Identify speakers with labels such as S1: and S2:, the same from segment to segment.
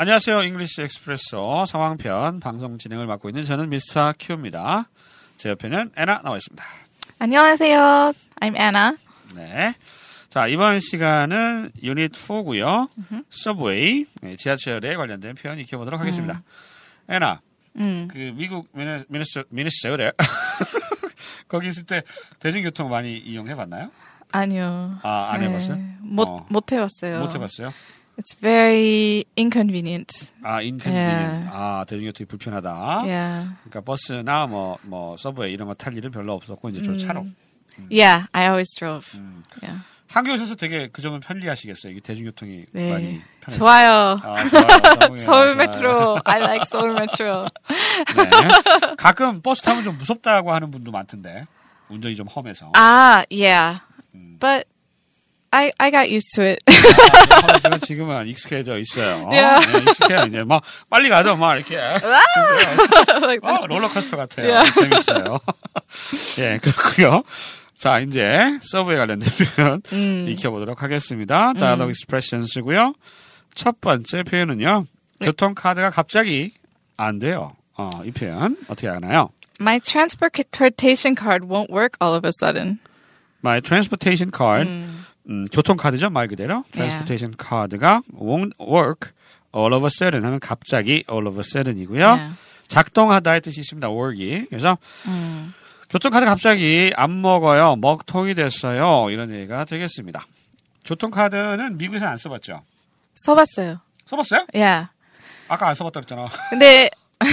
S1: 안녕하세요. 잉글리시 엑스프레소 상황편 방송 진행을 맡고 있는 저는 미스터 큐입니다. 제 옆에는 애나 나와 있습니다.
S2: 안녕하세요. I'm Anna.
S1: 네. 자, 이번 시간은 유닛 4고요. 서브웨이, 네, 지하철에 관련된 표현 익혀보도록 하겠습니다. 애나,
S2: 음.
S1: 그 미국 미네- 미네소, 미네소래 거기 있을 때 대중교통 많이 이용해봤나요?
S2: 아니요.
S1: 아, 안
S2: 네.
S1: 해봤어요?
S2: 못,
S1: 어.
S2: 못 해봤어요.
S1: 못 해봤어요?
S2: It's very inconvenient.
S1: 아, 인펜디는
S2: 예.
S1: 아, 대중교통이 불편하다.
S2: Yeah.
S1: 그러니까 버스나 뭐, 뭐, 서브웨이 이런 거 탈 일은 별로 없었고, 이제 주로 차로.
S2: Yeah, I always drove. Yeah.
S1: 한국에 오셔서 되게 그 점은 편리하시겠어요. 이게 대중교통이 많이
S2: 네.
S1: 편해서.
S2: 좋아요.
S1: 아, 좋아요. 좋아요.
S2: 서울 메트로. I like 서울 메트로.
S1: 네. 가끔 버스 타면 좀 무섭다고 하는 분도 많던데. 운전이 좀 험해서.
S2: 아, yeah. But I I got used to it.
S1: 아, 험하지만 지금은 익숙해져 있어요.
S2: 야.
S1: 네, 익숙해요. 이제 막 빨리 가죠. 막 이렇게.
S2: like that.
S1: 어, 롤러코스터 같아요.
S2: 야.
S1: 재밌어요. 예, 그렇고요 자, 이제 서브에 관련된 표현 익혀보도록 하겠습니다. Dialogue Expressions고요. 첫 번째 표현은요. 교통카드가 갑자기 안 돼요. 어, 이 표현 어떻게 하나요?
S2: My transportation card won't work all of a sudden.
S1: My transportation card. 음, 교통카드죠, 말 그대로. Transportation card가 won't work all of a sudden 하면 갑자기 all of a sudden이고요.
S2: Yeah.
S1: 작동하다의 뜻이 있습니다. work이. 그래서 교통카드 갑자기 안 먹어요. 먹통이 됐어요. 이런 얘기가 되겠습니다. 교통카드는 미국에서 안 써봤죠.
S2: 써봤어요.
S1: 써봤어요?
S2: Yeah.
S1: 아까 안 써봤다 그랬잖아.
S2: 근데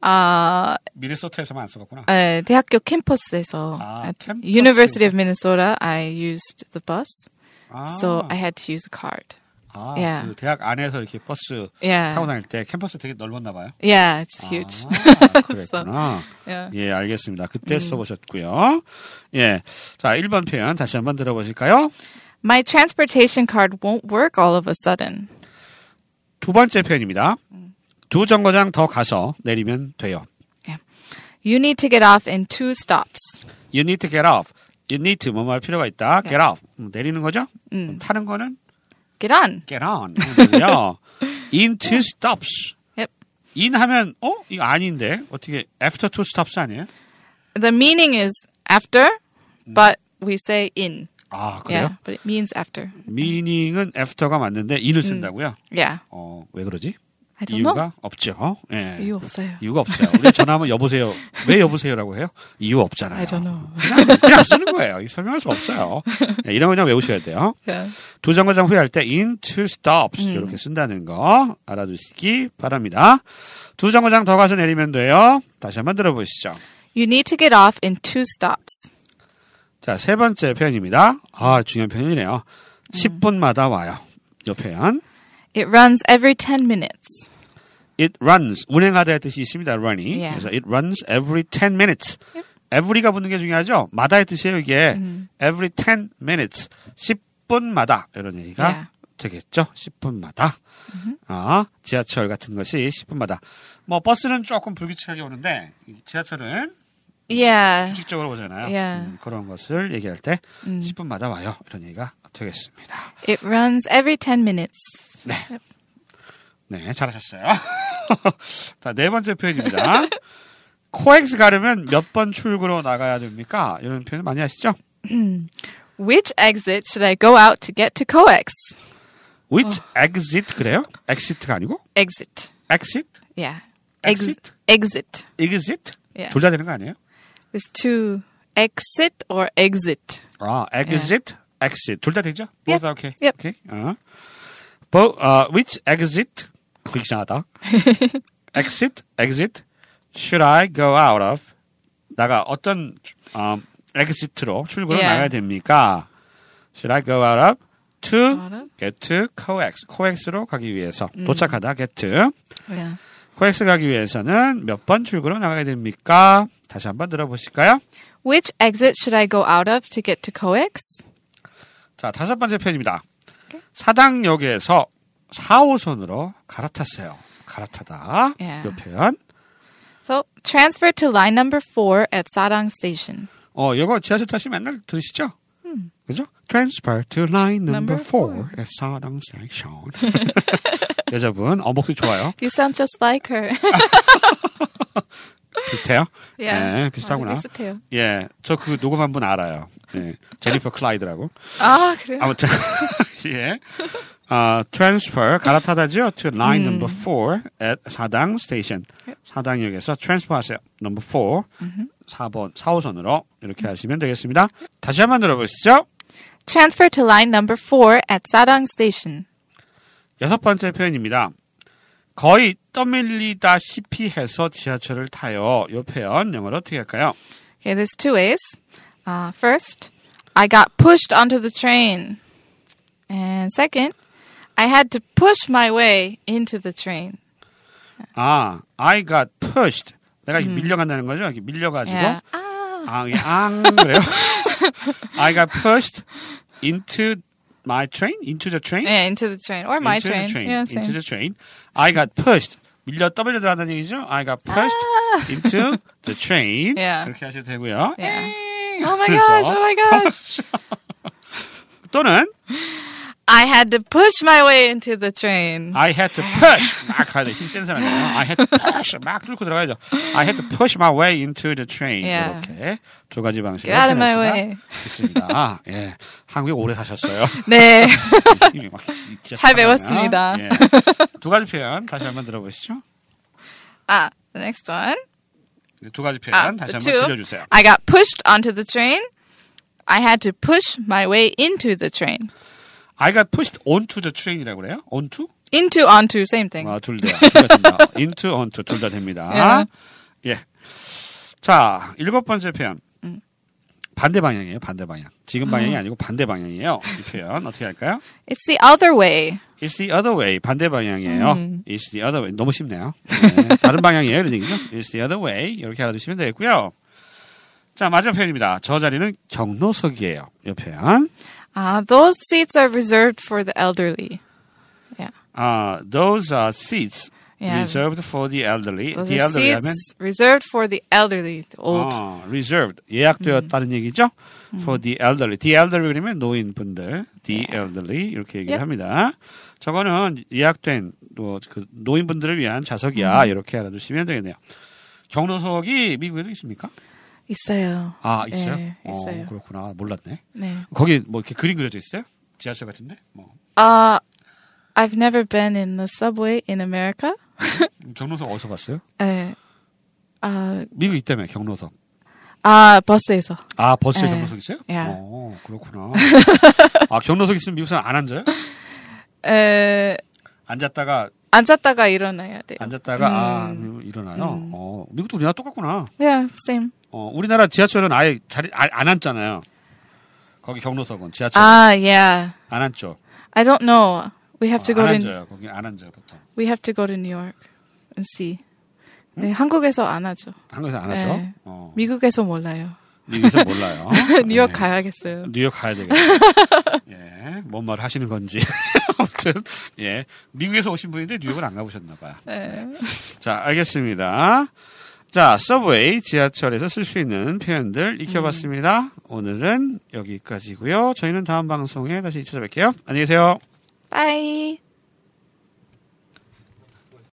S2: 아
S1: 미네소타에서만 안 써봤구나.
S2: 에, 대학교 캠퍼스에서
S1: 아,
S2: at
S1: 캠퍼스에서.
S2: University of Minnesota I used the bus
S1: 아,
S2: so I had to use a card.
S1: 아,
S2: 예.
S1: 그 대학 안에서 이렇게 버스
S2: Yeah.
S1: 타고 다닐 때 캠퍼스 되게 넓었나 봐요.
S2: Yeah, it's huge.
S1: 아, 그랬구나.
S2: yeah.
S1: 예, 알겠습니다. 그때 써보셨고요. 예, 자 1번 표현 다시 한번 들어보실까요?
S2: My transportation card won't work all of a sudden.
S1: 두 번째 표현입니다. 두 정거장 더 가서 내리면 돼요.
S2: You need to get off in two stops.
S1: You need to get off. You need to 뭐뭐 할 필요가 있다.
S2: 네.
S1: Get off. 음, 내리는 거죠? 그럼 타는 거는
S2: Get on.
S1: get on. 하고요. In two stops.
S2: Yep.
S1: In 하면 어 이거 아닌데 어떻게 after two stops 아니에요?
S2: The meaning is after, but we say in.
S1: 아 Mm. 그래요?
S2: Yeah, but it means after.
S1: meaning은 after가 맞는데 in을 쓴다고요?
S2: Yeah.
S1: 어왜 그러지?
S2: 음. I don't
S1: 이유가
S2: know.
S1: 없죠. 예.
S2: 이유 없어요.
S1: 이유가 없어요. 우리 전화하면 여보세요. 왜 여보세요라고 해요? 이유 없잖아요.
S2: I don't know.
S1: 그냥, 그냥 쓰는 거예요. 이거 설명할 수 없어요. 예, 이런 거 그냥 외우셔야 돼요.
S2: Yeah.
S1: 두 정거장 후에 할 때 into stops 이렇게 쓴다는 거 알아두시기 바랍니다. 두 정거장 더 가서 내리면 돼요. 다시 한번 들어보시죠.
S2: You need to get off in two stops.
S1: 자, 세 번째 표현입니다. 아, 중요한 표현이네요. 10분마다 와요. 요 표현.
S2: It runs every 10 minutes.
S1: It runs. 운행하다의 뜻이 있습니다. run이.
S2: Yeah.
S1: 그래서 it runs every 10 minutes. every가 붙는 게 중요하죠. 마다의 뜻이에요, 이게.
S2: Mm-hmm.
S1: every 10 minutes. 10분마다 이런 얘기가
S2: Yeah. Mm-hmm.
S1: 되겠죠. 10분마다. 아, 지하철 같은 것이 10분마다. 뭐 버스는 조금 불규칙하게 오는데 이 지하철은
S2: Yeah.
S1: 규칙적으로 오잖아요.
S2: Yeah. Mm.
S1: 음, 그런 것을 얘기할 때 10분마다 와요. 이런 얘기가 되겠습니다.
S2: It runs every 10 minutes.
S1: 네, 잘하셨어요. 자, 네 번째 표현입니다. 코엑스 가려면 몇 번 출구로 나가야 됩니까? 이런 표현 많이 하시죠?
S2: Which exit should I go out to get to coex?
S1: Which exit 그래요? exit가 아니고
S2: Exit.
S1: exit,
S2: Yeah.
S1: Exit?
S2: Exit.
S1: exit
S2: Yeah.
S1: 둘 다 되는 거 아니에요?
S2: There's two exit or exit.
S1: 아, exit,
S2: 예.
S1: exit 둘 다 되죠?
S2: Yep.
S1: 모두 다 오케이.
S2: Yep.
S1: 오케이. 어. But, uh, which exit 그거 이상하다. exit, exit should I go out of 나가 어떤 um, exit로 출구로
S2: Yeah.
S1: 나가야 됩니까? Should I go out of
S2: Out
S1: to
S2: of? 음.
S1: get to coex coex로 가기 위해서 도착하다 get to
S2: Yeah.
S1: 코엑스 가기 위해서는 몇 번 출구로 나가야 됩니까? 다시 한번 들어보실까요?
S2: Which exit should I go out of to get to coex?
S1: 자, 다섯 번째 편입니다. 네. 사당역에서 4호선으로 갈아탔어요. 갈아타다.
S2: 예.
S1: 이 표현.
S2: So transfer to line number four at Sarang Station.
S1: 어, 이거 지하철 타시면 맨날 들으시죠? 그죠? Transfer to line 음. number
S2: Number four.
S1: 4 at 사당 station. 여자분. 어, 목소리 좋아요.
S2: You sound just like her.
S1: 비슷해요?
S2: Yeah.
S1: 예, 비슷하구나.
S2: 아주 비슷해요.
S1: 예, 저 그 녹음한 분 알아요. 예, 제니퍼 클라이드라고.
S2: 아, Ah, 그래요?
S1: 아무튼 예. 아, transfer 갈아타다죠. To line number four at 사당 station. 사당역에서 transfer하세요. Number four 4번 4호선으로 이렇게 하시면 되겠습니다. 다시 한번 들어보시죠.
S2: Transfer to line number 4 at Sadang Station.
S1: 여섯 번째 표현입니다. 거의 떠밀리다시피 해서 지하철을 타요. 이 표현 영어로 어떻게 할까요?
S2: Okay, there's two ways. Uh, first, I got pushed onto the train. And second, I had to push my way into the train.
S1: 아, I got pushed. 내가 이렇게 밀려간다는 거죠. 이렇게 밀려가지고
S2: Yeah. Ah.
S1: 아, 예, 앙 그래요. I got pushed into my train, into the train,
S2: Yeah, into the train. Or 네, my
S1: into
S2: train. 예,
S1: the train,
S2: Yeah, same.
S1: into the train. I got pushed. 밀려 떠밀려 들어간다는 얘기죠. I got pushed
S2: 아.
S1: into the train.
S2: Yeah.
S1: 그렇게 하셔도 되고요.
S2: Yeah.
S1: 에이,
S2: Oh my
S1: 그래서
S2: gosh, oh my gosh.
S1: 또는
S2: I had to push my way into the train.
S1: I had to push 막 가야 돼. 힘센 사람이에요. I had to push 막 뚫고 들어가야죠. I had to push my way into the train.
S2: Yeah.
S1: 이렇게 두 가지 방식으로
S2: 예. Get out of my
S1: 표현할 수가
S2: way.
S1: 있습니다. 예, 한국에 오래 사셨어요.
S2: 네.
S1: 힘이 막 진짜 타거든요.
S2: 잘 배웠습니다.
S1: 예. 두 가지 표현 다시 한번 들어보시죠.
S2: ah, the next one.
S1: 이제 두 가지 표현
S2: Ah,
S1: 다시
S2: the
S1: 한번
S2: two.
S1: 들려주세요.
S2: I got pushed onto the train. I had to push my way into the train.
S1: I got pushed onto the train이라고 그래요. onto?
S2: Into, onto, same thing.
S1: 아, 둘 다. 둘 다 됩니다. into, onto 둘 다 됩니다.
S2: 네.
S1: 예. 자, 일곱 번째 표현.
S2: 음.
S1: 반대 방향이에요. 반대 방향. 지금 방향이 아니고 반대 방향이에요. 이 표현 어떻게 할까요?
S2: It's the other way.
S1: It's the other way. 반대 방향이에요.
S2: 음.
S1: It's the other way. 너무 쉽네요. 네, 다른 방향이에요. 이런 얘기죠. It's the other way. 이렇게 알아두시면 되겠고요. 자, 마지막 표현입니다. 저 자리는 경로석이에요. 이 표현.
S2: Ah, those seats are reserved for the elderly. Yeah.
S1: 아, those are seats
S2: Yeah.
S1: reserved for the elderly.
S2: Those
S1: the
S2: are
S1: elderly Ah.
S2: seats
S1: 하면
S2: reserved for the elderly, the old.
S1: 아, reserved 예약되었다는
S2: 음.
S1: 얘기죠. For the elderly. The elderly 그러면 노인분들. The elderly 이렇게 얘기를
S2: 네. Yep.
S1: 합니다. 저거는 예약된 또 그 노인분들을 위한 좌석이야
S2: 음.
S1: 이렇게 알아두시면 되겠네요. 경로석이 미국에도 있습니까?
S2: 있어요.
S1: 아 있어요.
S2: 네, 있어요.
S1: 어, 그렇구나 몰랐네.
S2: 네.
S1: 거기 뭐 이렇게 그림 그려져 있어요? 지하철 같은데? 뭐
S2: Uh, I've never been in the subway in America. Uh,
S1: 경로석 어디서 봤어요?
S2: 네. 아,
S1: 미국 있다며 경로석.
S2: 아, 버스에서.
S1: 아 버스에
S2: 네.
S1: 경로석 있어요?
S2: 예.
S1: 어 그렇구나. 아 경로석 있으면 미국 사람 안 앉아요?
S2: 에,
S1: 앉았다가
S2: Uh, 앉았다가 일어나야 돼요.
S1: 앉았다가
S2: 음.
S1: 아 일어나요. 어 미국도 우리나라 똑같구나.
S2: Yeah, same.
S1: 어 우리나라 지하철은 아예 자리 아- 안 앉잖아요. 거기 경로석은 지하철
S2: Ah, yeah.
S1: 안 앉죠.
S2: I don't know. We have to
S1: 어,
S2: go
S1: 안
S2: to
S1: 앉아요. 거기 안 앉아요 보통.
S2: we have to go to New York and see. 네, 한국에서 안 하죠.
S1: 한국에서 안 하죠.
S2: 네.
S1: 어,
S2: 미국에서 몰라요.
S1: 미국에서 몰라요.
S2: 뉴욕
S1: 예.
S2: 가야겠어요.
S1: 뉴욕 가야 되겠다. 예, 뭔 말을 하시는 건지. 아무튼, 예. 미국에서 오신 분인데 뉴욕을 안 가보셨나봐요.
S2: Eh.
S1: 자, 알겠습니다. 자, 서브웨이 지하철에서 쓸 수 있는 표현들 익혀봤습니다. 오늘은 여기까지고요 저희는 다음 방송에 다시 찾아뵐게요. 안녕히 계세요.
S2: Bye.